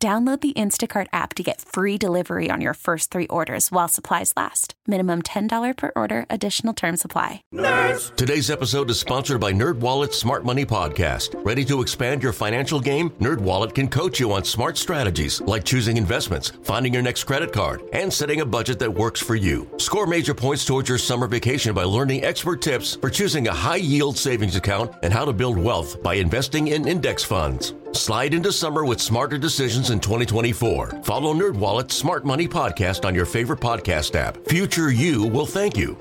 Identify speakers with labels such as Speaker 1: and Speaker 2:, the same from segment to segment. Speaker 1: Download the Instacart app to get free delivery on your first three orders while supplies last. Minimum $10 per order, additional term supply.
Speaker 2: Today's episode is sponsored by NerdWallet's Smart Money Podcast. Ready to expand your financial game? NerdWallet can coach you on smart strategies like choosing investments, finding your next credit card, and setting a budget that works for you. Score major points towards your summer vacation by learning expert tips for choosing a high-yield savings account and how to build wealth by investing in index funds. Slide into summer with smarter decisions in 2024. Follow NerdWallet's Smart Money Podcast on your favorite podcast app. Future you will thank you.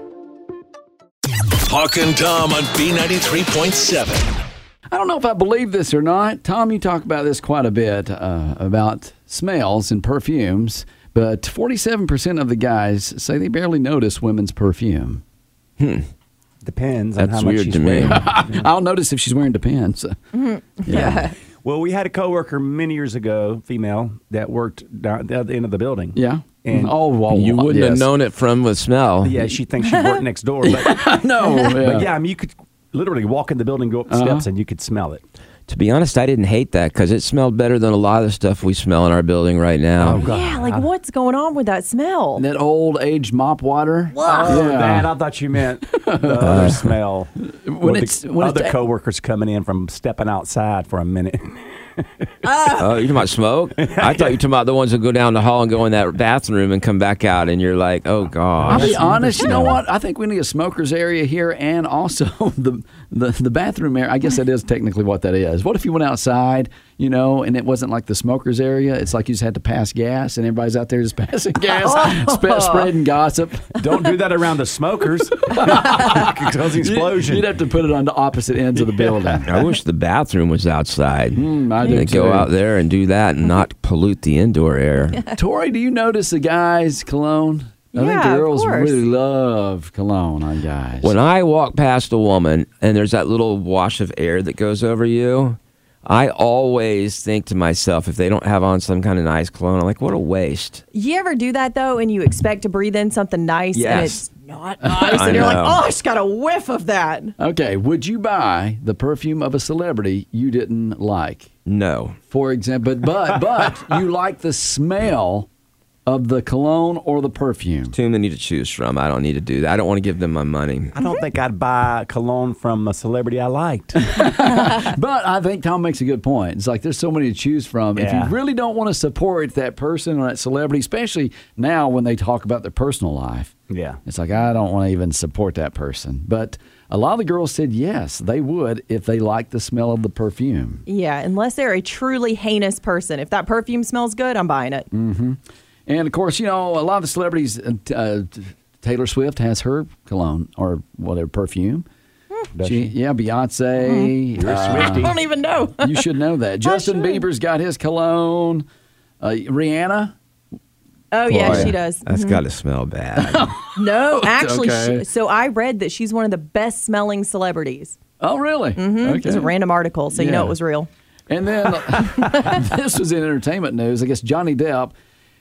Speaker 3: Hawk and Tom on B93.7.
Speaker 4: I don't know if I believe this or not. Tom, you talk about this quite a bit uh, about smells and perfumes, but 47% of the guys say they barely notice women's perfume.
Speaker 5: Depends on
Speaker 6: That's
Speaker 5: how much
Speaker 6: weird
Speaker 5: she's
Speaker 6: to me.
Speaker 5: wearing.
Speaker 4: I'll notice if she's wearing Depends. Yeah.
Speaker 5: well, we had a coworker many years ago, female, that worked down at the other end of the building.
Speaker 4: Yeah.
Speaker 5: And
Speaker 4: oh, well,
Speaker 6: You
Speaker 4: well,
Speaker 6: wouldn't have
Speaker 4: yes.
Speaker 6: known it from the smell.
Speaker 5: Yeah, she thinks she worked next door. But,
Speaker 4: no.
Speaker 5: but yeah, I mean, you could literally walk in the building, go up the
Speaker 4: Uh-huh.
Speaker 5: steps, and you could smell it.
Speaker 6: To be honest, I didn't hate that because it smelled better than a lot of the stuff we smell in our building right
Speaker 4: Oh,
Speaker 6: now.
Speaker 7: Yeah, like what's going on with that smell?
Speaker 4: That old aged mop water.
Speaker 5: Oh,
Speaker 4: Yeah.
Speaker 5: that I thought you meant the other smell. When
Speaker 4: it's-
Speaker 5: the
Speaker 4: when it's
Speaker 5: other
Speaker 4: a-
Speaker 5: coworkers coming in from stepping outside for a minute.
Speaker 6: Oh, you're talking about smoke? I thought you were talking about the ones that go down the hall and go in that bathroom and come back out, and you're like, oh,
Speaker 4: I'll
Speaker 6: gosh.
Speaker 4: be honest. You know what? I think we need a smokers area here, and also the the, the bathroom area. I guess that is technically what that is. What if you went outside, you know, and it wasn't like the smokers area? It's like you just had to pass gas, and everybody's out there just passing gas, spe- spreading gossip.
Speaker 5: Don't do that around the smokers. Cause explosion.
Speaker 4: You'd have to put it on the opposite ends of the building.
Speaker 6: I wish the bathroom was outside.
Speaker 4: Hmm. I do
Speaker 6: They
Speaker 4: too.
Speaker 6: go out there and do that and not pollute the indoor air.
Speaker 4: Tori, do you notice the guys' cologne? I think
Speaker 7: Yeah,
Speaker 4: the
Speaker 7: of
Speaker 4: girls
Speaker 7: course.
Speaker 4: really love cologne on guys.
Speaker 6: When I walk past a woman and there's that little wash of air that goes over you, I always think to myself, if they don't have on some kind of nice cologne, I'm like, what a waste.
Speaker 7: You ever do that though, and you expect to breathe in something nice, and
Speaker 6: Yes.
Speaker 7: it's not nice,
Speaker 6: I
Speaker 7: and you're like,
Speaker 6: know.
Speaker 7: oh, I just got a whiff of that.
Speaker 4: okay, would you buy the perfume of a celebrity you didn't like?
Speaker 6: No.
Speaker 4: for example, but but but you like the smell of the cologne or the perfume.
Speaker 6: Too many to choose from. I don't need to do that. I don't want to give them my money.
Speaker 5: I don't think I'd buy cologne from a celebrity I liked.
Speaker 4: But I think Tom makes a good point. It's like there's so many to choose from. If
Speaker 5: Yeah.
Speaker 4: you really don't want to support that person or that celebrity, especially now when they talk about their personal life,
Speaker 5: Yeah.
Speaker 4: it's like I don't want to even support that person. But a lot of the girls said yes, they would if they liked the smell of the perfume.
Speaker 7: Yeah, unless they're a truly heinous person. If that perfume smells good, I'm buying it.
Speaker 4: And of course, you know, a lot of the celebrities, uh, t- uh, t- Taylor Swift has her cologne or whatever perfume.
Speaker 7: Hmm.
Speaker 4: She- yeah, Beyonce.
Speaker 7: Mm-hmm.
Speaker 4: uh,
Speaker 7: I don't even know.
Speaker 4: you should know that. Justin
Speaker 7: should.
Speaker 4: Bieber's got his cologne. Uh, Rihanna.
Speaker 7: Oh yeah,
Speaker 6: Boy,
Speaker 7: she does.
Speaker 6: That's got to smell bad.
Speaker 7: No, actually,
Speaker 4: Okay.
Speaker 7: she, so I read that she's one of the best smelling celebrities. Mm-hmm.
Speaker 4: Oh, really?
Speaker 7: It was a
Speaker 4: Okay.
Speaker 7: random article, so you know
Speaker 4: Yeah.
Speaker 7: it was real.
Speaker 4: And then this was in entertainment news. I guess Johnny Depp,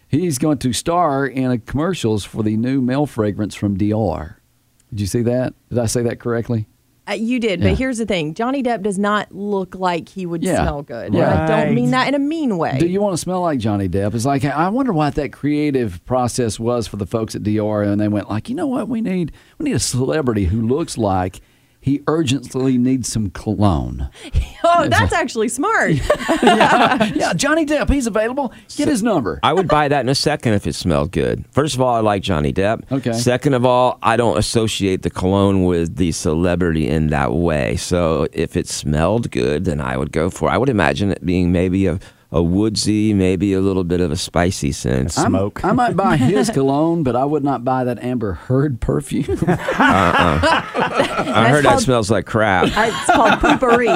Speaker 4: he's going to star in a commercials for the new male fragrance from Dior. Did you see that? Did I say that correctly?
Speaker 7: Uh, you did,
Speaker 4: Yeah.
Speaker 7: but here's the thing: Johnny Depp does not look like he would
Speaker 4: Yeah.
Speaker 7: smell good.
Speaker 4: Yeah.
Speaker 7: I don't mean
Speaker 5: Right.
Speaker 7: that in a mean way.
Speaker 4: Do you want to smell like Johnny Depp? It's like I wonder what that creative process was for the folks at Dior, and they went like, you know what, we need we need a celebrity who looks like he urgently needs some cologne.
Speaker 7: oh, that's actually smart. Uh,
Speaker 4: yeah, Johnny Depp, he's available. Get his number.
Speaker 6: I would buy that in a second if it smelled good. First of all, I like Johnny Depp.
Speaker 4: Okay.
Speaker 6: Second of all, I don't associate the cologne with the celebrity in that way. So if it smelled good, then I would go for it. I would imagine it being maybe a a woodsy, maybe a little bit of a spicy sense.
Speaker 4: I'm-
Speaker 5: Smoke.
Speaker 4: I might buy his cologne, but I would not buy that Amber Heard perfume.
Speaker 6: I heard that
Speaker 7: called-
Speaker 6: smells like crap.
Speaker 7: It's called poopery.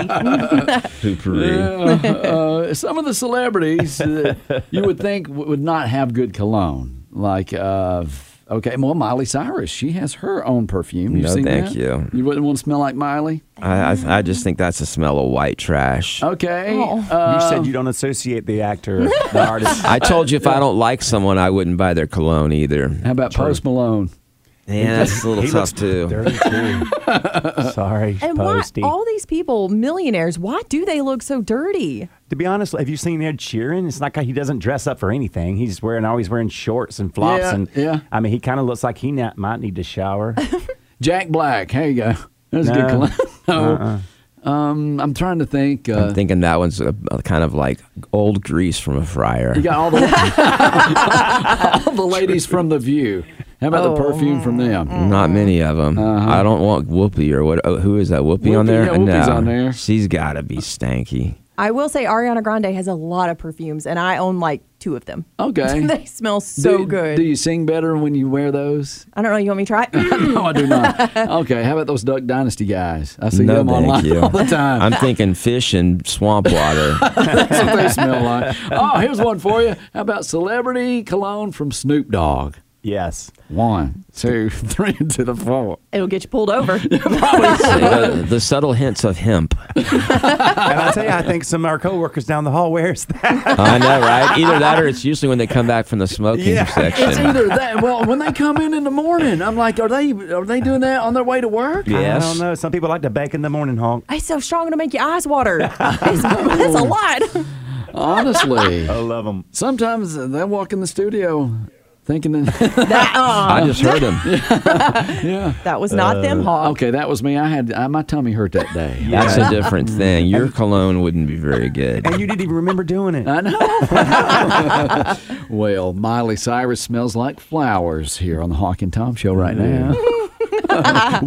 Speaker 6: Poopery.
Speaker 4: uh, some of the celebrities uh, you would think w- would not have good cologne. Like, uh, okay, well, Miley Cyrus, she has her own perfume. You've
Speaker 6: No,
Speaker 4: seen
Speaker 6: thank
Speaker 4: that?
Speaker 6: you.
Speaker 4: You wouldn't want to smell like Miley?
Speaker 6: I, I, I just think that's the smell of white trash.
Speaker 4: Okay.
Speaker 7: Oh.
Speaker 4: Uh,
Speaker 5: you said you don't associate the actor, the artist.
Speaker 6: I told you if I don't like someone, I wouldn't buy their cologne either.
Speaker 4: how about Post Malone?
Speaker 6: Yeah, that's a little
Speaker 5: He
Speaker 6: tough
Speaker 5: looks
Speaker 6: too.
Speaker 5: dirty too. Sorry,
Speaker 7: and why
Speaker 5: Posty.
Speaker 7: all these people, millionaires, why do they look so dirty?
Speaker 5: To be honest, have you seen Ed Sheeran? It's not like he doesn't dress up for anything. He's wearing always wearing shorts and flops,
Speaker 4: Yeah,
Speaker 5: and
Speaker 4: yeah.
Speaker 5: I mean, he kind of looks like he na- might need to shower.
Speaker 4: Jack Black. Here you go. That's a good
Speaker 5: No.
Speaker 4: cologne. No. Um, I'm trying to think. Uh,
Speaker 6: Uh-uh. I'm thinking that one's a, a kind of like old grease from a fryer.
Speaker 4: You got all the all the ladies from the View. How about the
Speaker 7: Oh,
Speaker 4: perfume from them?
Speaker 6: Not many of them. I don't want Whoopi or what? Oh, who is that? Whoopi, on
Speaker 4: Whoopi,
Speaker 6: there?
Speaker 4: yeah, Whoopi's on there.
Speaker 6: She's got to be stanky.
Speaker 7: I will say Ariana Grande has a lot of perfumes, and I own like two of them.
Speaker 4: Okay.
Speaker 7: they smell so
Speaker 4: do,
Speaker 7: good.
Speaker 4: Do you sing better when you wear those?
Speaker 7: I don't know. You want me to try?
Speaker 4: No, I do not. okay, how about those Duck Dynasty guys? I see
Speaker 6: No,
Speaker 4: them
Speaker 6: thank
Speaker 4: online
Speaker 6: you.
Speaker 4: all the time.
Speaker 6: I'm thinking fish and swamp water.
Speaker 4: That's what they smell like. Oh, here's one for you. How about celebrity cologne from Snoop Dogg?
Speaker 5: yes,
Speaker 4: One, two, three, to the four.
Speaker 7: It'll get you pulled over.
Speaker 6: the, the subtle hints of hemp.
Speaker 5: and I tell you, I think some of our coworkers down the hall wears that.
Speaker 6: I know, right? Either that or it's usually when they come back from the smoking
Speaker 5: Yeah.
Speaker 4: It's
Speaker 6: section.
Speaker 4: either that. Well, when they come in in the morning, I'm like, are they are they doing that on their way to work?
Speaker 5: I don't
Speaker 6: Yes.
Speaker 5: know. Some people like to bake in the morning honk.
Speaker 7: It's so strong to make your eyes water. It's, that's a lot.
Speaker 4: Honestly,
Speaker 5: I love them.
Speaker 4: sometimes they walk in the studio thinking, that,
Speaker 7: That, uh,
Speaker 6: I just heard him.
Speaker 4: yeah.
Speaker 7: that was not
Speaker 6: Uh,
Speaker 7: them, Hog.
Speaker 4: Okay, that was me. I had I, my tummy hurt that day.
Speaker 6: That's a different thing. Your cologne wouldn't be very good.
Speaker 5: And you didn't even remember doing it.
Speaker 4: I know. well, Miley Cyrus smells like flowers here on the Hawk and Tom show right now. Mm-hmm.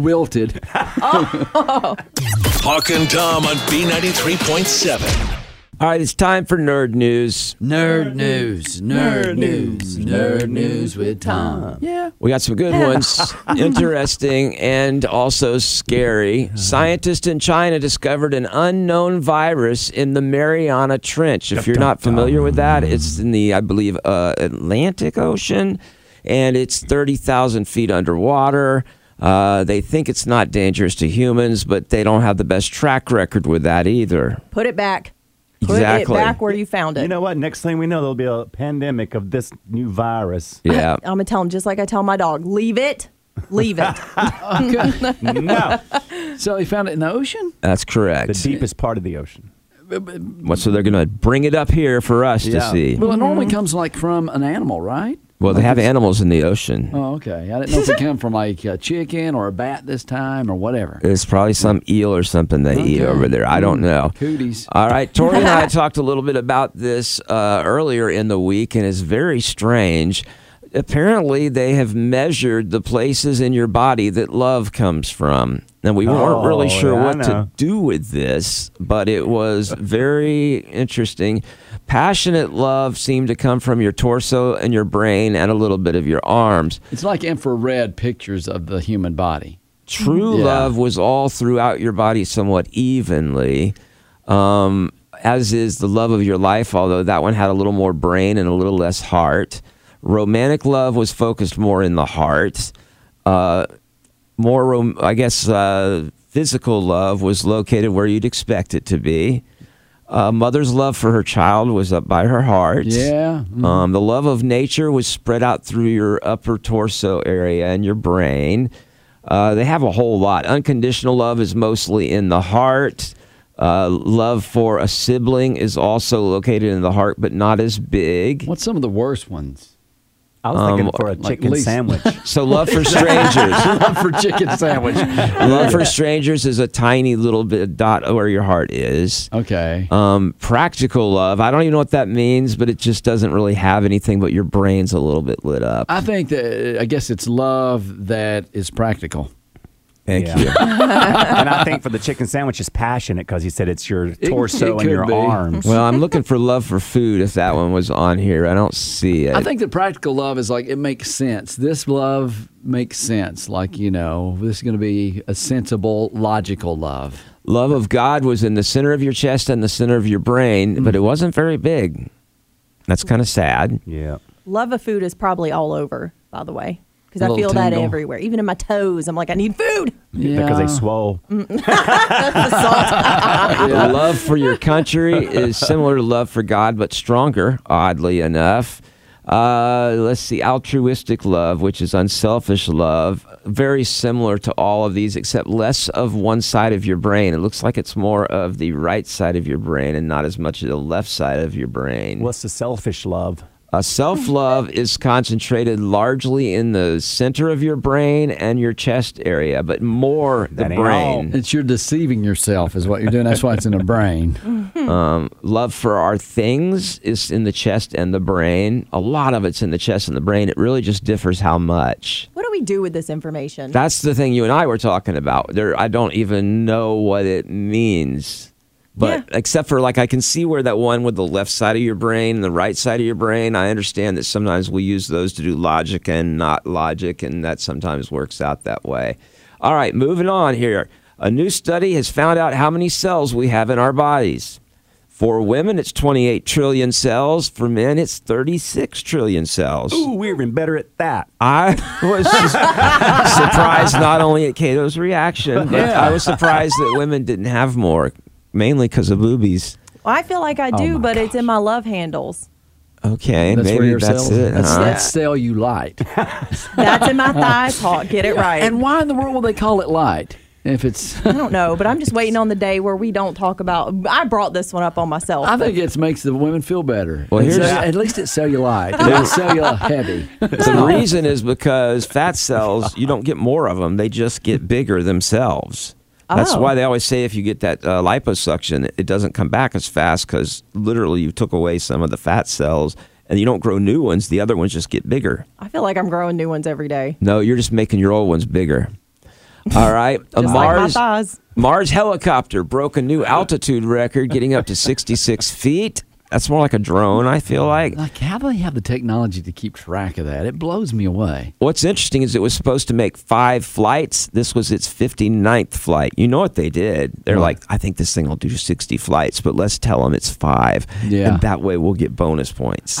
Speaker 4: Wilted.
Speaker 3: Hawk and Tom on B93.7.
Speaker 6: All right, it's time for nerd news.
Speaker 4: Nerd news, nerd news, nerd news with Tom. Yeah.
Speaker 6: We got some good ones, interesting and also scary. Scientists in China discovered an unknown virus in the Mariana Trench. If you're not familiar with that, it's in the, I believe, uh, Atlantic Ocean, and it's 30,000 feet underwater. Uh, they think it's not dangerous to humans, but they don't have the best track record with that either.
Speaker 7: Put it back. Put
Speaker 6: Exactly.
Speaker 7: it back where you found it.
Speaker 5: You know what? Next thing we know, there'll be a pandemic of this new virus.
Speaker 6: Yeah.
Speaker 7: I'm gonna tell him just like I um, tell my dog. Leave it. Leave it.
Speaker 5: no,
Speaker 4: So they found it in the ocean?
Speaker 6: That's
Speaker 5: the
Speaker 6: correct.
Speaker 5: deepest part of the ocean.
Speaker 6: What- so they're going to bring it up here for us to
Speaker 5: Yeah.
Speaker 6: see.
Speaker 4: Well, it normally comes like from an animal, right?
Speaker 6: Well, they have animals in the ocean.
Speaker 4: Oh, okay. I didn't know if it came from like a chicken or a bat this time or whatever.
Speaker 6: It's probably some eel or something they eat over there. I
Speaker 5: Mm.
Speaker 6: don't know.
Speaker 4: Cooties.
Speaker 6: All right, Tori and I talked a little bit about this uh, earlier in the week, and it's very strange. Apparently, they have measured the places in your body that love comes from. Now, we weren't
Speaker 5: Oh,
Speaker 6: really sure
Speaker 5: yeah, I
Speaker 6: what to
Speaker 5: know.
Speaker 6: do with this, but it was very interesting. Passionate love seemed to come from your torso and your brain and a little bit of your arms.
Speaker 4: It's like infrared pictures of the human body.
Speaker 6: True
Speaker 4: Yeah.
Speaker 6: love was all throughout your body somewhat evenly, um, as is the love of your life, although that one had a little more brain and a little less heart. Romantic love was focused more in the heart. Uh, more, rom- I guess, uh, physical love was located where you'd expect it to be. Uh, mother's love for her child was up by her heart.
Speaker 4: Yeah.
Speaker 6: Um, the love of nature was spread out through your upper torso area and your brain. Uh, they have a whole lot. Unconditional love is mostly in the heart. Uh, love for a sibling is also located in the heart, but not as big.
Speaker 4: What's some of the worst ones?
Speaker 5: I was thinking for a
Speaker 4: like
Speaker 5: chicken
Speaker 4: least-
Speaker 5: sandwich.
Speaker 6: So, love for strangers.
Speaker 4: Love for chicken sandwich.
Speaker 6: love for strangers is a tiny little bit dot where your heart is.
Speaker 4: Okay.
Speaker 6: Um, practical love. I don't even know what that means, but it just doesn't really have anything. But your brain's a little bit lit up.
Speaker 4: uh, I think that I guess it's love that is practical.
Speaker 6: Thank
Speaker 5: Yeah.
Speaker 6: you.
Speaker 5: and I think for the chicken sandwich is passionate because he said it's your torso
Speaker 4: could
Speaker 5: and your
Speaker 4: be.
Speaker 5: arms.
Speaker 6: Well, I'm looking for love for food if that one was on here. I don't see it.
Speaker 4: I think that practical love is like it makes sense. This love makes sense. Like you know, this is going to be a sensible, logical love.
Speaker 6: love of God was in the center of your chest and the center of your brain, but it
Speaker 4: Mm-hmm.
Speaker 6: wasn't very big. That's kind of sad.
Speaker 5: yeah.
Speaker 7: Love of food is probably all over, by the way, because I
Speaker 4: Little
Speaker 7: feel
Speaker 4: tingle.
Speaker 7: that everywhere. Even in my toes, I'm like, I need food.
Speaker 5: Because
Speaker 4: Yeah.
Speaker 5: they swole.
Speaker 6: The love for your country is similar to love for God, but stronger, oddly enough. Uh, let's see, altruistic love, which is unselfish love, very similar to all of these, except less of one side of your brain. It looks like it's more of the right side of your brain and not as much of the left side of your brain.
Speaker 5: What's the selfish love?
Speaker 6: Uh, Self love is concentrated largely in the center of your brain and your chest area, but more the
Speaker 5: That ain't all.
Speaker 6: brain.
Speaker 4: It's you're deceiving yourself, is what you're doing. That's why it's in the brain.
Speaker 6: Um, Love for our things is in the chest and the brain. A lot of it's in the chest and the brain. It really just differs how much.
Speaker 7: What do we do with this information?
Speaker 6: That's the thing you and I were talking about. There, I don't even know what it means. But
Speaker 7: Yeah.
Speaker 6: except for like, I can see where that one with the left side of your brain and the right side of your brain. I understand that sometimes we use those to do logic and not logic, and that sometimes works out that way. All right, moving on here. A new study has found out how many cells we have in our bodies. For women, it's 28 trillion cells. For men, it's 36 trillion cells.
Speaker 5: Ooh, we're even better at that.
Speaker 6: I was surprised not only at Cato's reaction, but I was surprised that women didn't have more, mainly because of boobies.
Speaker 7: Well, I feel like
Speaker 4: Oh
Speaker 7: I do, but it's in my love handles.
Speaker 6: Okay,
Speaker 4: That's where
Speaker 6: maybe
Speaker 4: your
Speaker 6: that's
Speaker 4: cells.
Speaker 6: it.
Speaker 4: That's,
Speaker 6: huh?
Speaker 4: that's cellulite.
Speaker 7: That's in my thighs. Hawk, get it right.
Speaker 4: and why in the world will they call it light if it's?
Speaker 7: I don't know, but I'm just waiting on the day where we don't talk about. I brought this one up on myself.
Speaker 4: I think it makes the women feel better.
Speaker 6: Well,
Speaker 4: It's
Speaker 6: here's-
Speaker 4: cell- at least it's cellulite. it's cellulite heavy.
Speaker 6: the reason is because fat cells, you don't get more of them; they just get bigger themselves. That's
Speaker 7: Oh.
Speaker 6: why they always say if you get that uh, liposuction, it doesn't come back as fast because literally you took away some of the fat cells, and you don't grow new ones. The other ones just get bigger.
Speaker 7: I feel like I'm growing new ones every day.
Speaker 6: No, you're just making your old ones bigger. All right. A
Speaker 7: Just like my
Speaker 6: Mars,
Speaker 7: thighs.
Speaker 6: Mars helicopter broke a new altitude record, getting up to 66 feet. That's more like a drone, I feel like.
Speaker 4: Like, how do they have the technology to keep track of that? It blows me away.
Speaker 6: What's interesting is it was supposed to make five flights. This was its 59th flight. You know what they did? They're like, I think this thing will do 60 flights, but let's tell them it's five.
Speaker 4: Yeah.
Speaker 6: And that way we'll get bonus points.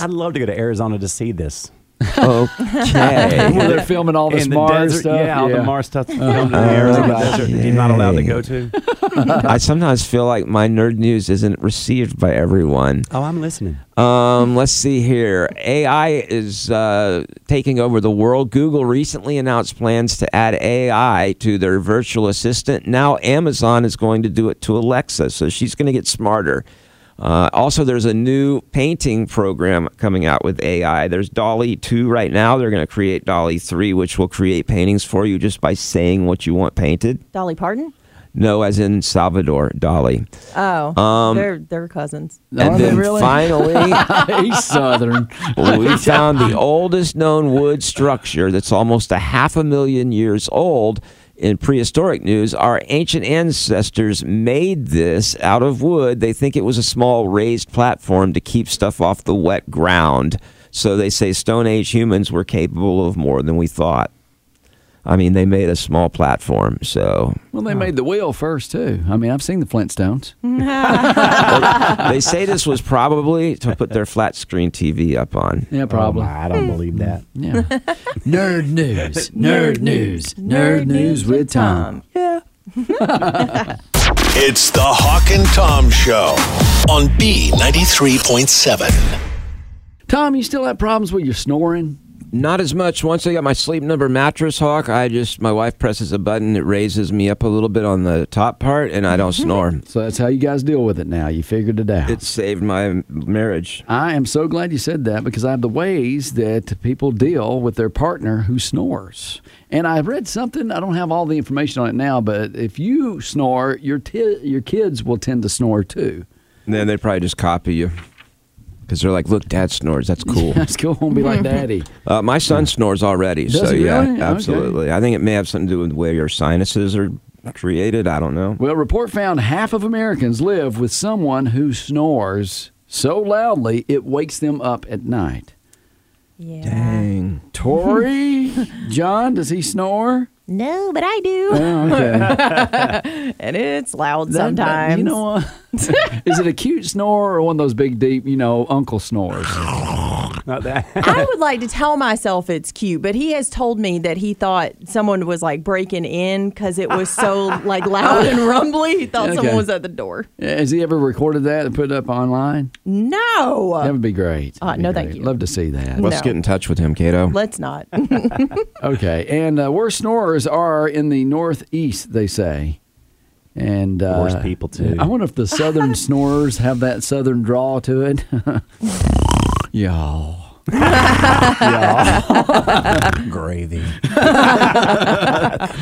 Speaker 5: I'd love to go to Arizona to see this.
Speaker 6: Okay.
Speaker 4: Well, they're filming all this
Speaker 5: In the
Speaker 4: Mars
Speaker 5: desert,
Speaker 4: stuff. Uh-huh. Oh,
Speaker 5: Yeah, all the Mars stuff filmed in the Arizona desert that you're not allowed to go to.
Speaker 6: I sometimes feel like my nerd news isn't received by everyone.
Speaker 5: Oh, I'm listening.
Speaker 6: Um, let's see here. AI is uh, taking over the world. Google recently announced plans to add AI to their virtual assistant. Now Amazon is going to do it to Alexa, so she's going to get smarter. Uh, also, there's a new painting program coming out with AI. There's Dolly 2 right now. They're going to create Dolly 3, which will create paintings for you just by saying what you want painted.
Speaker 7: Dolly Parton.
Speaker 6: No, as in Salvador Dali.
Speaker 7: Oh,
Speaker 4: Um,
Speaker 7: they're they're cousins.
Speaker 4: Are
Speaker 6: and
Speaker 4: they
Speaker 6: then
Speaker 4: really?
Speaker 6: finally.
Speaker 4: He's southern.
Speaker 6: Well, we found the oldest known wood structure that's almost a half a million years old. In prehistoric news, our ancient ancestors made this out of wood. They think it was a small raised platform to keep stuff off the wet ground. So they say Stone Age humans were capable of more than we thought. I mean, they made a small platform, so
Speaker 4: Well, they made the wheel first too. I mean, I've seen the Flintstones.
Speaker 6: they say this was probably to put their flat screen TV up on.
Speaker 4: Yeah, probably.
Speaker 5: Oh, my, I don't believe that.
Speaker 4: yeah. Nerd news. Nerd news. Nerd news with Tom.
Speaker 7: Yeah.
Speaker 3: It's the Hawk and Tom Show on B93.7.
Speaker 4: Tom, you still have problems with your snoring?
Speaker 6: Not as much. Once I got my sleep number mattress hawk, I just my wife presses a button, it raises me up a little bit on the top part, and I don't
Speaker 4: Mm-hmm.
Speaker 6: snore.
Speaker 4: So that's how you guys deal with it now. You figured it out.
Speaker 6: It saved my marriage.
Speaker 4: I am so glad you said that because I have the ways that people deal with their partner who snores. And I read something, I don't have all the information on it now, but if you snore, your, ti your kids will tend to snore too.
Speaker 6: And then they probably just copy you. because they're like, look, dad snores. That's cool.
Speaker 4: That's cool. Won't be like daddy.
Speaker 6: Uh, my son snores already,
Speaker 4: Does
Speaker 6: so
Speaker 4: he
Speaker 6: yeah,
Speaker 4: really? Okay.
Speaker 6: absolutely. I think it may have something to do with where your sinuses are created. I don't know.
Speaker 4: Well, report found half of Americans live with someone who snores so loudly it wakes them up at night.
Speaker 7: Yeah.
Speaker 6: Dang.
Speaker 4: Tori, John, does he snore?
Speaker 7: No, but I do.
Speaker 4: Oh, Okay.
Speaker 7: And it's loud
Speaker 4: That-
Speaker 7: sometimes.
Speaker 4: that- you know what? Is it a cute snore or one of those big, deep, you know, uncle snores?
Speaker 5: Not that.
Speaker 7: I would like to tell myself it's cute, but he has told me that he thought someone was like breaking in because it was so like loud and rumbly. He thought
Speaker 4: Okay.
Speaker 7: someone was at the door.
Speaker 4: Has he ever recorded that and put it up online?
Speaker 7: No,
Speaker 4: That would be great.
Speaker 7: Uh,
Speaker 4: That'd be
Speaker 7: no, thank
Speaker 4: great.
Speaker 7: you.
Speaker 4: Love to see that.
Speaker 6: Let's
Speaker 7: No.
Speaker 6: get in touch with him, Kato.
Speaker 7: let's not.
Speaker 4: Okay, and uh, worst snorers are in the northeast, they say, and uh,
Speaker 5: Worst people, too.
Speaker 4: I wonder if the southern snorers have that southern draw to it. Y'all.
Speaker 5: Gravy.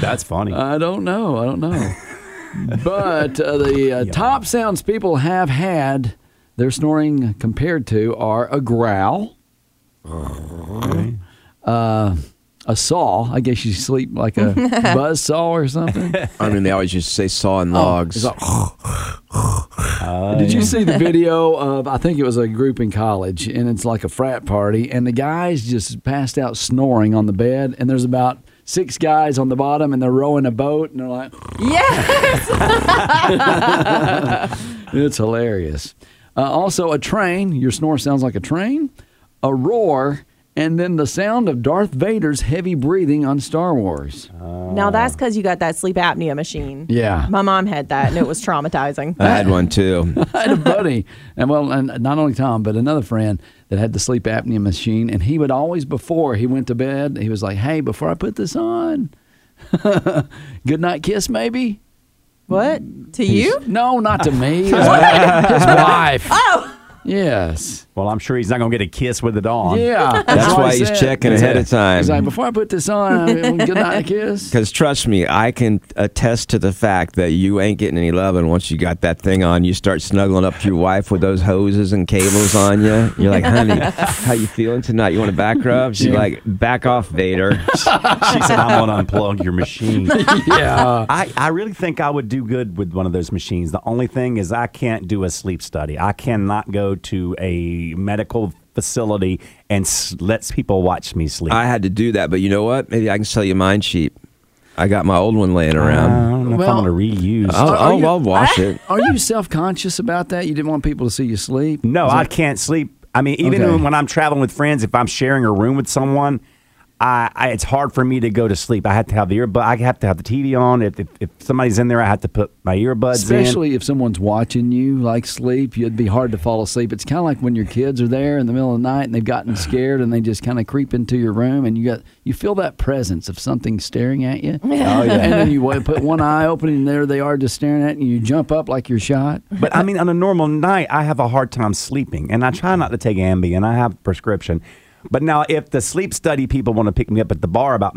Speaker 5: That's funny.
Speaker 4: I don't know. I don't know. but uh, the uh, top sounds people have had their snoring compared to are a growl, uh, a saw. I guess you sleep like a buzz saw or something.
Speaker 6: I mean, they always used to say saw and logs.
Speaker 4: It's like, Did you see the video of I think it was a group in college and it's like a frat party and the guys just passed out snoring on the bed and there's about six guys on the bottom and they're rowing a boat and they're like
Speaker 7: yes,
Speaker 4: it's hilarious. Uh, also a train, your snore sounds like a train, a roar and then the sound of Darth Vader's heavy breathing on Star Wars.
Speaker 7: now that's because you got that sleep apnea machine.
Speaker 4: Oh. Yeah.
Speaker 7: my mom had that, and it was traumatizing.
Speaker 6: I had one too.
Speaker 4: I had a buddy, and well, and not only Tom, but another friend that had the sleep apnea machine, and he would always before he went to bed, he was like, "Hey, before I put this on, good night kiss, maybe."
Speaker 7: what to you?
Speaker 4: No, not to me. his wife. Oh. Yes.
Speaker 5: Well, I'm sure he's not going to get a kiss with it on.
Speaker 4: Yeah.
Speaker 6: That's
Speaker 4: what
Speaker 6: why
Speaker 4: he
Speaker 6: he's
Speaker 4: said.
Speaker 6: checking ahead of time.
Speaker 4: He's like, before I put this on, I mean, good night kiss.
Speaker 6: Because trust me, I can attest to the fact that you ain't getting any love. And once you got that thing on, you start snuggling up to your wife with those hoses and cables on you. You're like, honey, how you feeling tonight? You want a back rub? She's like, back off, Vader.
Speaker 5: She said, I'm going to unplug your machine.
Speaker 4: Yeah.
Speaker 5: I, I really think I would do good with one of those machines. The only thing is, I can't do a sleep study. I cannot go to a medical facility and s- lets people watch me sleep.
Speaker 6: I had to do that, but you know what? Maybe I can sell you mine cheap. I got my old one laying around.
Speaker 5: I don't know
Speaker 4: Well- oh.
Speaker 5: if I'm going to reuse.
Speaker 6: I'll, I'll, I'll wash it.
Speaker 4: Are you self conscious about that? You didn't want people to see you sleep?
Speaker 5: No, I can't sleep. I mean, even
Speaker 4: Okay.
Speaker 5: when- when I'm traveling with friends, if I'm sharing a room with someone, I, I it's hard for me to go to sleep. I have to have the earbud. I have to have the TV on. If, if, if somebody's in there, I have to put my earbuds in.
Speaker 4: Especially if someone's watching you, like sleep, you'd be hard to fall asleep. It's kind of like when your kids are there in the middle of the night and they've gotten scared and they just kind of creep into your room and you got you feel that presence of something staring at you. Oh yeah. And then you wa- put one eye open and there they are just staring at you. You jump up like you're shot.
Speaker 5: But I mean, on a normal night, I have a hard time sleeping, and I try not to take Ambien. I have a prescription. But now, if the sleep study people want to pick me up at the bar about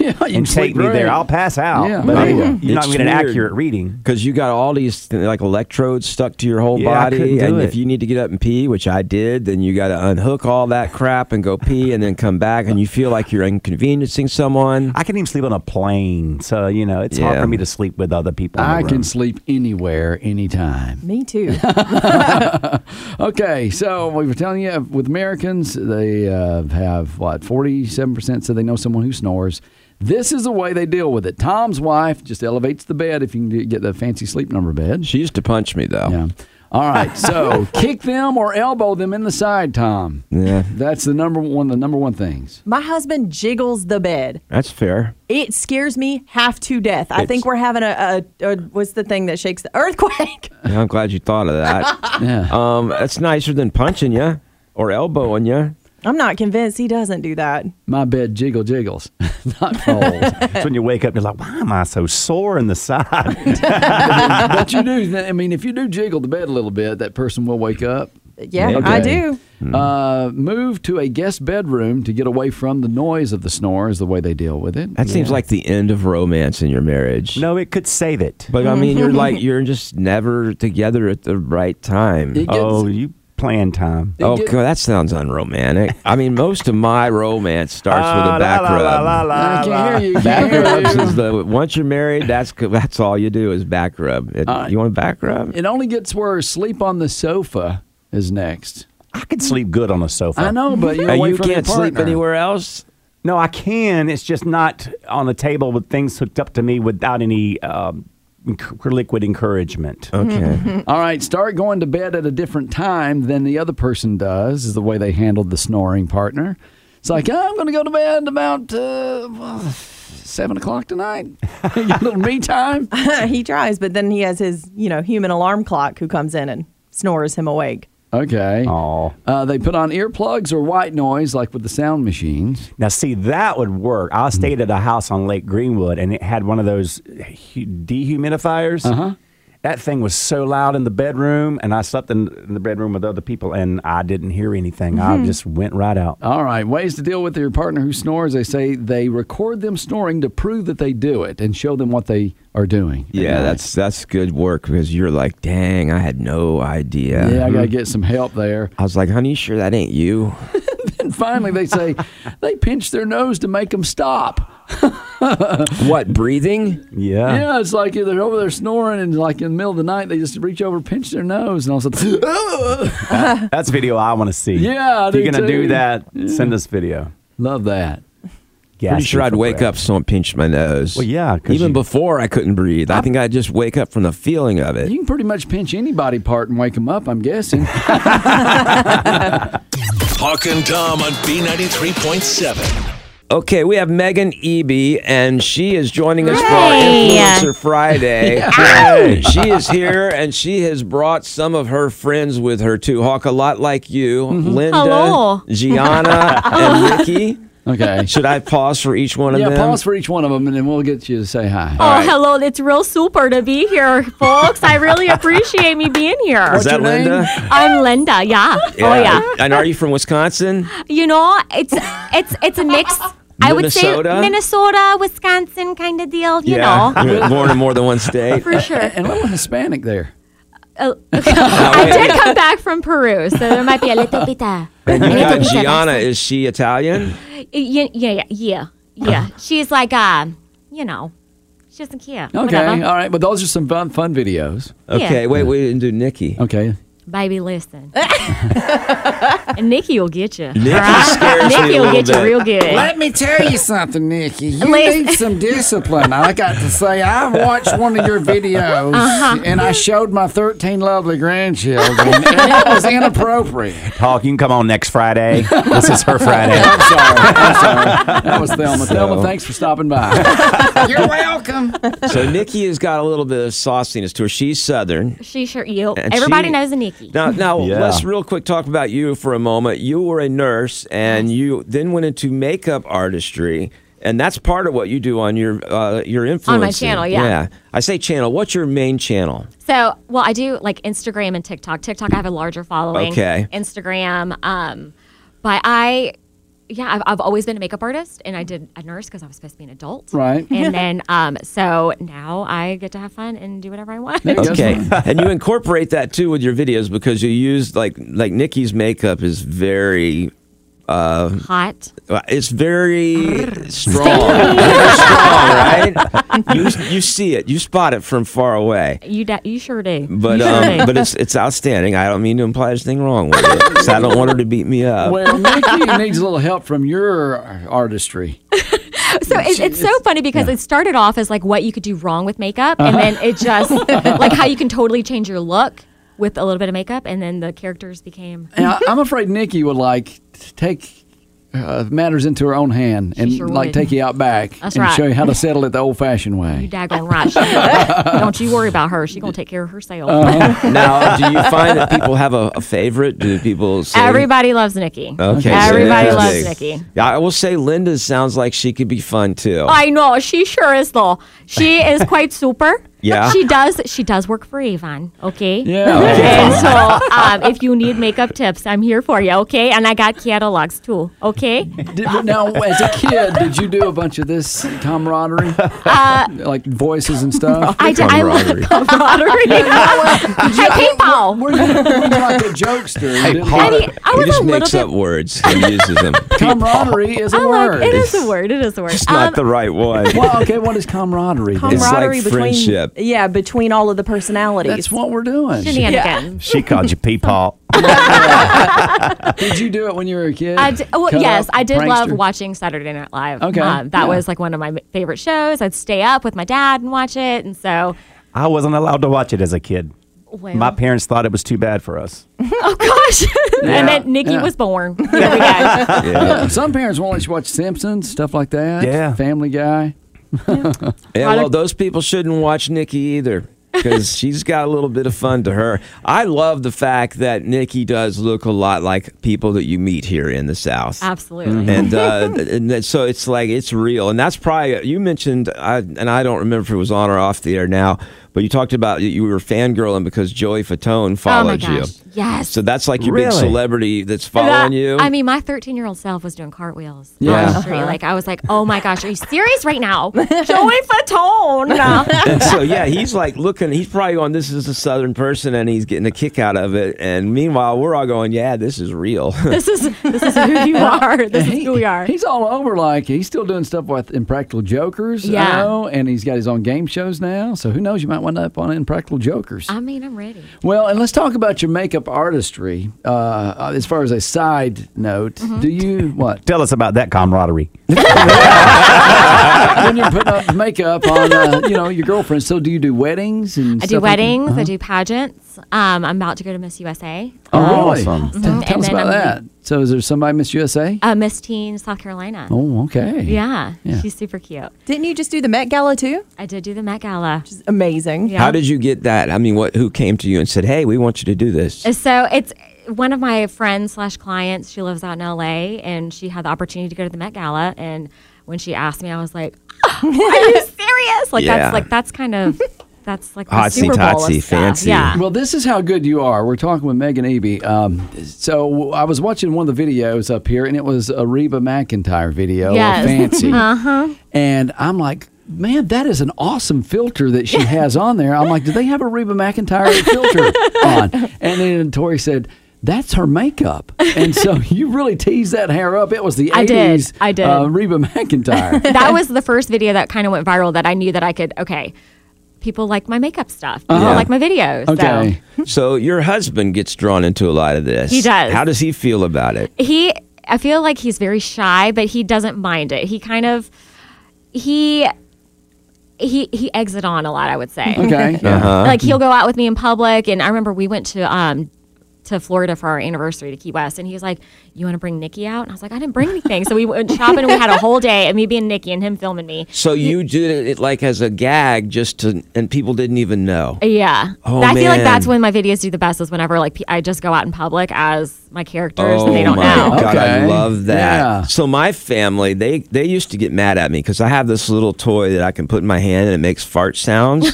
Speaker 4: Yeah, you
Speaker 5: and
Speaker 4: sleep
Speaker 5: take me
Speaker 4: great.
Speaker 5: there, I'll pass out.
Speaker 4: Yeah.
Speaker 5: But
Speaker 4: I
Speaker 5: I-
Speaker 4: mean,
Speaker 5: you're not
Speaker 6: it's
Speaker 5: going to get an
Speaker 6: weird.
Speaker 5: accurate reading.
Speaker 6: because you got all these th- like electrodes stuck to your whole
Speaker 5: Yeah, I
Speaker 6: body,
Speaker 5: couldn't do
Speaker 6: and
Speaker 5: it.
Speaker 6: if you need to get up and pee, which I did, then you got to unhook all that crap and go pee, and then come back, and you feel like you're inconveniencing someone.
Speaker 5: I can even sleep on a plane, so you know it's hard
Speaker 6: Yeah.
Speaker 5: for me to sleep with other people. in the
Speaker 4: I can
Speaker 5: room.
Speaker 4: sleep anywhere, anytime.
Speaker 7: Me too.
Speaker 4: Okay, so we were telling you uh, with Americans, they uh, have what forty-seven percent said they know someone who snores. This is the way they deal with it. Tom's wife just elevates the bed if you can do- get the fancy sleep number bed.
Speaker 6: She used to punch me though.
Speaker 4: Yeah. All right. So kick them or elbow them in the side, Tom.
Speaker 6: Yeah.
Speaker 4: That's the number one. The number one things.
Speaker 7: My husband jiggles the bed.
Speaker 6: That's fair.
Speaker 7: It scares me half to death. I think we're having a, a, a what's the thing that shakes the earthquake?
Speaker 6: Yeah, I'm glad you thought of that.
Speaker 4: Yeah.
Speaker 6: um, that's nicer than punching you or elbowing you.
Speaker 7: I'm not convinced he doesn't do that.
Speaker 4: My bed jiggle jiggles, not falls.
Speaker 5: It's when you wake up, you're like, why am I so sore in the side?
Speaker 4: but you do. I mean, if you do jiggle the bed a little bit, that person will wake up.
Speaker 7: Yeah,
Speaker 6: Yeah,
Speaker 7: I
Speaker 6: okay.
Speaker 7: do.
Speaker 4: Uh, move to a guest bedroom to get away from the noise of the snore is the way they deal with it.
Speaker 6: That seems like the end of romance in your marriage.
Speaker 5: no, it could save it.
Speaker 6: But I mean, you're like you're just never together at the right time.
Speaker 4: It gets-
Speaker 5: oh, you plan time.
Speaker 6: Oh, God, that sounds unromantic. I mean, most of my romance starts with
Speaker 5: Ah,
Speaker 6: a back
Speaker 5: la, la, la, la,
Speaker 6: rub.
Speaker 5: la,
Speaker 4: I
Speaker 5: la.
Speaker 4: can hear you. Can't
Speaker 6: Back
Speaker 4: hear
Speaker 6: rubs
Speaker 4: you.
Speaker 6: is the once you're married. That's that's all you do is back rub. It-
Speaker 4: Uh,
Speaker 6: you want a back rub?
Speaker 4: It only gets worse. Sleep on the sofa is next.
Speaker 5: I could sleep good on a sofa.
Speaker 4: I know, but you're
Speaker 6: Uh,
Speaker 4: away
Speaker 6: you
Speaker 4: from your
Speaker 6: can't sleep
Speaker 4: partner.
Speaker 6: anywhere else.
Speaker 5: No, I can. It's just not on a table with things hooked up to me without any um, enc- liquid encouragement. Mm-hmm.
Speaker 6: Okay.
Speaker 4: All right, start going to bed at a different time than the other person does, is the way they handled the snoring partner. It's like, "Oh, I'm going to go to bed about uh, well, 7 o'clock tonight. Your little me time.
Speaker 7: he tries, but then he has his, you know, human alarm clock who comes in and snores him awake.
Speaker 4: Okay.
Speaker 5: Oh,
Speaker 4: Uh, they put on earplugs or white noise, like with the sound machines.
Speaker 5: now see that would work. I stayed at a house on Lake Greenwood, and it had one of those hu- dehumidifiers. Uh-huh. That thing was so loud in the bedroom, and I slept in, in the bedroom with other people, and I didn't hear anything. I just went right out.
Speaker 4: All right, ways to deal with your partner who snores. They say they record them snoring to prove that they do it and show them what they are doing. at
Speaker 6: Yeah,
Speaker 4: night.
Speaker 6: that's that's good work because you're like, dang, I had no idea. Mm-hmm.
Speaker 4: Yeah, I got to get some help there.
Speaker 6: I was like, honey, you sure that ain't you?
Speaker 4: And finally, they say they pinch their nose to make them stop.
Speaker 6: what breathing?
Speaker 5: Yeah.
Speaker 4: yeah, it's like they're over there snoring, and like in the middle of the night, they just reach over, pinch their nose, and all of a sudden,
Speaker 5: That's video I want to see.
Speaker 4: Yeah, I
Speaker 5: if you're
Speaker 4: do
Speaker 5: gonna
Speaker 4: too.
Speaker 5: do that, send us video.
Speaker 4: love that.
Speaker 5: Yeah,
Speaker 6: Pretty sure I'd wake up someone pinched my nose.
Speaker 5: Well, yeah, 'cause
Speaker 6: Even
Speaker 5: you-
Speaker 6: before I couldn't breathe, I think I'd just wake up from the feeling of it.
Speaker 4: You can pretty much pinch anybody part and wake them up. I'm guessing.
Speaker 3: Hawk and Tom on B93.7.
Speaker 6: Okay, we have Megan Eby, and she is joining us for our Influencer Friday. And She is here, and she has brought some of her friends with her too. Hawk, a lot like you, Linda,
Speaker 8: Hello.
Speaker 6: Gianna, and Ricky.
Speaker 4: Okay.
Speaker 6: Should I pause for each one of
Speaker 4: yeah,
Speaker 6: them?
Speaker 4: pause for each one of them, and then we'll get you to say hi.
Speaker 8: Oh, hello. It's real super to be here, folks. I really appreciate me being here.
Speaker 6: Is
Speaker 4: your
Speaker 6: that
Speaker 4: name?
Speaker 6: Linda?
Speaker 8: I'm Linda. Yeah. Oh yeah.
Speaker 6: And are you from Wisconsin?
Speaker 8: You know, it's it's it's a mix. I would say
Speaker 6: Minnesota?
Speaker 8: Minnesota, Wisconsin kind of deal, you know.
Speaker 6: You're Born in more than one state.
Speaker 8: For sure.
Speaker 4: And a little Hispanic there.
Speaker 8: Uh, I did come back from Peru, so there might be a little bit of a
Speaker 6: You
Speaker 8: little
Speaker 6: got
Speaker 8: bit of
Speaker 6: Gianna. Is she Italian?
Speaker 8: Yeah, yeah, yeah, yeah, yeah. She's like, uh, you know, she doesn't care.
Speaker 4: Okay,
Speaker 8: Whatever.
Speaker 4: all right. But those are some fun, fun videos.
Speaker 6: Okay, wait, we didn't do Nikki.
Speaker 4: Okay.
Speaker 8: Baby, listen. and Nikki will get you.
Speaker 6: Nikki scares me a
Speaker 8: Nikki will
Speaker 6: little
Speaker 8: get you
Speaker 6: bit.
Speaker 8: real good.
Speaker 4: Let me tell you something, Nikki. You
Speaker 8: Listen-
Speaker 4: need some discipline. I got to say, I watched one of your videos and I showed my 13 lovely grandchildren, and it was inappropriate.
Speaker 5: Talk. You can come on next Friday. this is her Friday.
Speaker 4: I'm sorry. I'm sorry. That was Thelma. Thelma, thanks for stopping by. You're welcome.
Speaker 6: So Nikki has got a little bit of sauciness to her. She's Southern.
Speaker 8: She sure you.
Speaker 6: And
Speaker 8: Everybody
Speaker 6: she-
Speaker 8: knows a Nikki.
Speaker 6: Now, now
Speaker 5: Yeah.
Speaker 6: let's real quick talk about you for a moment. You were a nurse, and you then went into makeup artistry, and that's part of what you do on your uh, your influence
Speaker 8: channel, yeah.
Speaker 6: I say channel. What's your main channel?
Speaker 8: So, well, I do like Instagram and TikTok. TikTok, I have a larger following.
Speaker 6: Okay.
Speaker 8: Instagram, um, but I, yeah, I've, I've always been a makeup artist, and I did a nurse because I was supposed to be an adult.
Speaker 4: Right.
Speaker 8: And then, um, so now I get to have fun and do whatever I want.
Speaker 4: There you go.
Speaker 6: Okay, and you incorporate that too with your videos because you use like like Nikki's makeup is very
Speaker 8: Hot.
Speaker 6: Uh, It's very strong. Very strong, right? You, you see it. You spot it from far away.
Speaker 8: You da- you sure do.
Speaker 6: But
Speaker 8: you sure do.
Speaker 6: um, but it's it's outstanding. I don't mean to imply there's anything wrong with it. 'cause I don't want her to beat me up.
Speaker 4: Well, Nikki needs a little help from your artistry.
Speaker 8: So it, it's so funny because it started off as like what you could do wrong with makeup, and then it just like how you can totally change your look with a little bit of makeup, and then the characters became.
Speaker 4: Now, I'm afraid Nikki would like t- take uh, matters into her own hand and
Speaker 8: sure
Speaker 4: like
Speaker 8: would.
Speaker 4: take you out back
Speaker 8: That's
Speaker 4: and
Speaker 8: right.
Speaker 4: show you how to settle it the old-fashioned way.
Speaker 8: You daggone right. She will. Don't you worry about her. She gonna take care of herself.
Speaker 4: Uh-huh.
Speaker 6: Now, do you find that people have a, a favorite? Do people say
Speaker 8: Everybody loves Nikki.
Speaker 6: Okay, so
Speaker 8: Everybody
Speaker 6: that's
Speaker 8: loves
Speaker 6: big.
Speaker 8: Nikki. Oh,
Speaker 6: Yeah, I will say Linda sounds like she could be fun too.
Speaker 8: I know she sure is though. She is quite super.
Speaker 6: Yeah.
Speaker 8: She does. She does work for Avon. Okay.
Speaker 4: Yeah.
Speaker 8: and so, um, if you need makeup tips, I'm here for you. Okay. And I got catalogs too. Okay.
Speaker 4: Did, but now, as a kid, did you do a bunch of this camaraderie, like voices and stuff?
Speaker 8: Uh, I did. I love
Speaker 4: Camaraderie.
Speaker 8: camaraderie. Hey, PayPal.
Speaker 4: Were you, were you like a jokester? and
Speaker 6: Hey,
Speaker 4: didn't
Speaker 6: Paul,
Speaker 8: I
Speaker 4: like-
Speaker 8: mean, I
Speaker 6: he
Speaker 8: was
Speaker 6: just
Speaker 8: a little
Speaker 6: makes
Speaker 8: bit-
Speaker 6: up words and uses them.
Speaker 4: camaraderie is a
Speaker 8: I'm
Speaker 4: word.
Speaker 8: like, it is a word. It is a word. Um,
Speaker 6: It's not the right one.
Speaker 4: Well, okay, what is camaraderie? then?
Speaker 6: It's like
Speaker 7: Camaraderie between
Speaker 6: friendship.
Speaker 7: yeah between all of the personalities.
Speaker 4: That's what we're doing.
Speaker 8: shenanigans.
Speaker 5: She called you peepaw.
Speaker 4: Did you do it when you were a kid?
Speaker 8: I d- oh, well,
Speaker 4: Cut
Speaker 8: yes,
Speaker 4: up,
Speaker 8: I did love
Speaker 4: prankster?
Speaker 8: watching Saturday Night Live. Uh,
Speaker 4: Okay,
Speaker 8: that
Speaker 4: yeah.
Speaker 8: was like one of my m- favorite shows. I'd stay up with my dad and watch it, and so
Speaker 5: I wasn't allowed to watch it as a kid.
Speaker 8: well,
Speaker 5: My parents thought it was too bad for us.
Speaker 8: oh gosh, and then Nikki
Speaker 4: yeah.
Speaker 8: was born. Here we go.
Speaker 4: Yeah, Some parents won't let you watch Simpsons, stuff like that.
Speaker 5: Yeah.
Speaker 4: Family Guy.
Speaker 6: Yeah, well, those people shouldn't watch Nikki either because she's got a little bit of fun to her. I love the fact that Nikki does look a lot like people that you meet here in the South.
Speaker 8: Absolutely.
Speaker 4: Mm-hmm.
Speaker 6: And, uh, and that- so it's like it's real, and that's probably you mentioned, I, and I don't remember if it was on or off the air now, but you talked about that you were fangirling because Joey Fatone
Speaker 8: Oh my
Speaker 6: followed you.
Speaker 8: gosh, yes.
Speaker 6: So that's like your big
Speaker 5: Really?
Speaker 6: celebrity that's
Speaker 8: And
Speaker 6: following
Speaker 8: that-
Speaker 6: you.
Speaker 8: I mean, my 13 year old self was doing cartwheels. Yeah.
Speaker 6: Yeah.
Speaker 8: On the street. Like, I was like, oh my gosh, are you serious right now? Joey Fatone.
Speaker 6: and so yeah, he's like looking. He's probably going, "This is a Southern person," and he's getting a kick out of it. And meanwhile, we're all going, "Yeah, this is real."
Speaker 8: this is this is who you are. This is who we are.
Speaker 4: He's all over. Like he's still doing stuff with Impractical Jokers. I
Speaker 8: Yeah.
Speaker 4: know, and he's got his own game shows now. So who knows? You might wind up on Impractical Jokers.
Speaker 8: I mean, I'm ready.
Speaker 4: well, and let's talk about your makeup artistry. Uh, Uh, as far as a side note,
Speaker 8: Mm-hmm.
Speaker 4: do you what
Speaker 5: Tell us about that camaraderie.
Speaker 4: when you're putting up makeup on uh, you know your girlfriend? So do you do weddings and
Speaker 8: I do
Speaker 4: stuff like that?
Speaker 8: weddings. I do pageants. Um, I'm about to go to Miss USA.
Speaker 4: Oh, really?
Speaker 5: Awesome.
Speaker 4: T- Tell,
Speaker 8: Mm-hmm. And
Speaker 4: us
Speaker 8: then um,
Speaker 4: about that.
Speaker 8: I'm-
Speaker 4: So is there somebody Miss USA?
Speaker 8: Uh, Miss Teen South Carolina.
Speaker 4: Oh, okay.
Speaker 8: Yeah,
Speaker 4: Yeah.
Speaker 8: she's super cute.
Speaker 7: Didn't you just do the Met Gala too?
Speaker 8: I did do the Met Gala.
Speaker 7: It's amazing.
Speaker 8: Yeah.
Speaker 6: How did you get that? I mean, what? Who came to you and said, "Hey, we want you to do this"?
Speaker 8: So it's one of my friends slash clients. She lives out in LA, and she had the opportunity to go to the Met Gala. And when she asked me, I was like, "Are you serious? Like
Speaker 6: Yeah.
Speaker 8: that's like that's kind of that's like the
Speaker 6: Hotsy
Speaker 8: Super Bowl of
Speaker 6: totsy,
Speaker 8: stuff.
Speaker 6: fancy.
Speaker 8: Yeah.
Speaker 4: Well, this is how good you are. We're talking with Megan Eby. Um, so I was watching one of the videos up here, and it was a Reba McIntyre video of
Speaker 8: Yes.
Speaker 4: Fancy. uh-huh. And I'm like, man, that is an awesome filter that she has on there. I'm like, do they have a Reba McIntyre filter on? And then Tori said, that's her makeup. And so you really teased that hair up. It was the
Speaker 8: I did.
Speaker 4: 80s
Speaker 8: I did.
Speaker 4: Uh, Reba McIntyre.
Speaker 8: that was the first video that kind of went viral that I knew that I could. Okay, people like my makeup stuff. People
Speaker 6: Uh-huh.
Speaker 8: like my videos.
Speaker 4: Okay.
Speaker 8: So.
Speaker 6: so your husband gets drawn into a lot of this.
Speaker 8: He does.
Speaker 6: How does he feel about it?
Speaker 8: he i feel like he's very shy but he doesn't mind it he kind of he he he exit on a lot i would say
Speaker 4: Okay.
Speaker 6: Uh-huh.
Speaker 8: like he'll go out with me in public and i remember we went to um to florida for our anniversary to key west and he was like you want to bring nikki out and i was like i didn't bring anything so we went shopping and we had a whole day and me being nikki and him filming me
Speaker 6: So you did it like as a gag, just to, and people didn't even know.
Speaker 8: yeah
Speaker 6: Oh,
Speaker 8: i feel like
Speaker 6: man.
Speaker 8: that's when my videos do the best is whenever like pe- i just go out in public as my characters
Speaker 6: Oh
Speaker 8: and they don't
Speaker 6: my
Speaker 8: know
Speaker 6: God, I
Speaker 4: Okay.
Speaker 6: love that.
Speaker 4: Yeah.
Speaker 6: So my family, they they used to get mad at me because I have this little toy that I can put in my hand and it makes fart sounds.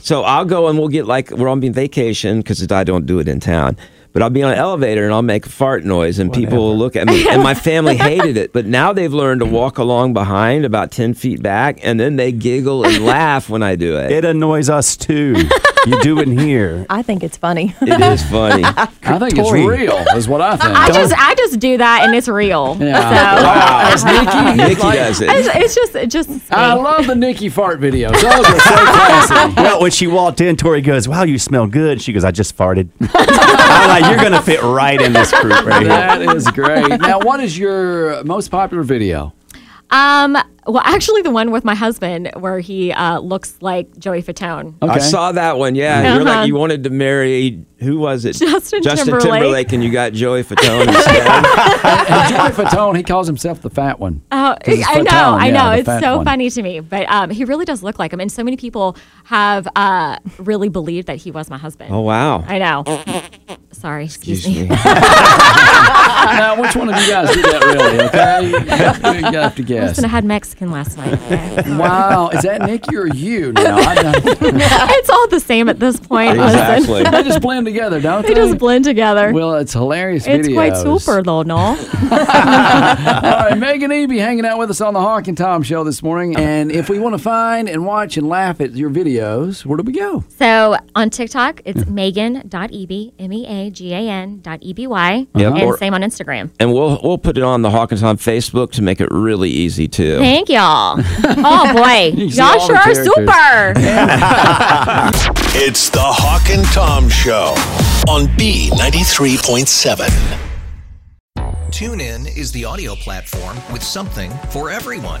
Speaker 6: so I'll go and we'll get like we're on vacation because I don't do it in town. But I'll be on an elevator and I'll make a fart noise and people will look at me. And my family hated it. But now they've learned to walk along behind about 10 feet back and then they giggle and laugh when I do it.
Speaker 5: It annoys us too. you do it here.
Speaker 7: I think it's funny.
Speaker 6: It is funny.
Speaker 4: I think it's
Speaker 5: Tori.
Speaker 4: real, is what I think.
Speaker 8: I just I just do that and it's real.
Speaker 4: Yeah.
Speaker 8: So Uh-huh.
Speaker 6: Nikki, does it.
Speaker 8: it's, it's just it's just me.
Speaker 4: I love the Nikki fart videos. Those are so classy.
Speaker 5: well, when she walked in, Tori goes, "Wow, you smell good." She goes, "I just farted." I'm like, "You're gonna fit right in this group right here."
Speaker 4: That is great. Now, what is your most popular video?
Speaker 8: um well actually the one with my husband where he uh, looks like Joey Fatone.
Speaker 6: I saw that one. Yeah, you're like you wanted to marry who was it?
Speaker 8: Justin
Speaker 6: Timberlake.
Speaker 8: Timberlake.
Speaker 6: and you got Joey Fatone instead.
Speaker 4: And Joey Fatone, he calls himself the fat one.
Speaker 8: Oh,
Speaker 4: 'Cause it's
Speaker 8: I know,
Speaker 4: Fatone,
Speaker 8: I
Speaker 4: yeah,
Speaker 8: know.
Speaker 4: the
Speaker 8: It's
Speaker 4: fat
Speaker 8: so
Speaker 4: one.
Speaker 8: funny to me, but um, he really does look like him, and so many
Speaker 4: Oh.
Speaker 8: people have uh, really believed that he was my husband.
Speaker 6: oh wow!
Speaker 8: I know. Sorry, excuse,
Speaker 6: Excuse
Speaker 8: me.
Speaker 6: me.
Speaker 4: now, which one of you guys did that really? Okay, you have, you have to guess.
Speaker 8: Listen, I had Mexican last night. okay?
Speaker 4: Wow, is that Nikki or you? Now I
Speaker 8: Oh
Speaker 4: don't-
Speaker 8: it's all the same at this point. Listen,
Speaker 6: Exactly.
Speaker 4: they just blend together, don't
Speaker 8: they
Speaker 4: they?
Speaker 8: just blend together.
Speaker 4: Well, it's hilarious.
Speaker 8: it's quite
Speaker 4: videos.
Speaker 8: super though, no?
Speaker 4: All right, Megan Eby hanging out with us on the Hawk and Tom show this morning. And if we want to find and watch and laugh at your videos, where do we go?
Speaker 8: So on TikTok, it's Megan.eby, M E A G A N dot E B Y.
Speaker 6: Yep.
Speaker 8: And
Speaker 6: Or-
Speaker 8: same on Instagram.
Speaker 6: And we'll we'll put it on the Hawkins on Facebook to make it really easy too.
Speaker 8: Thank y'all. Oh boy.
Speaker 4: You can see
Speaker 8: y'all
Speaker 4: all
Speaker 8: sure
Speaker 4: the
Speaker 8: are
Speaker 4: characters.
Speaker 8: super.
Speaker 3: It's the Hawk and Tom Show on B93.7.
Speaker 9: TuneIn is the audio platform with something for everyone.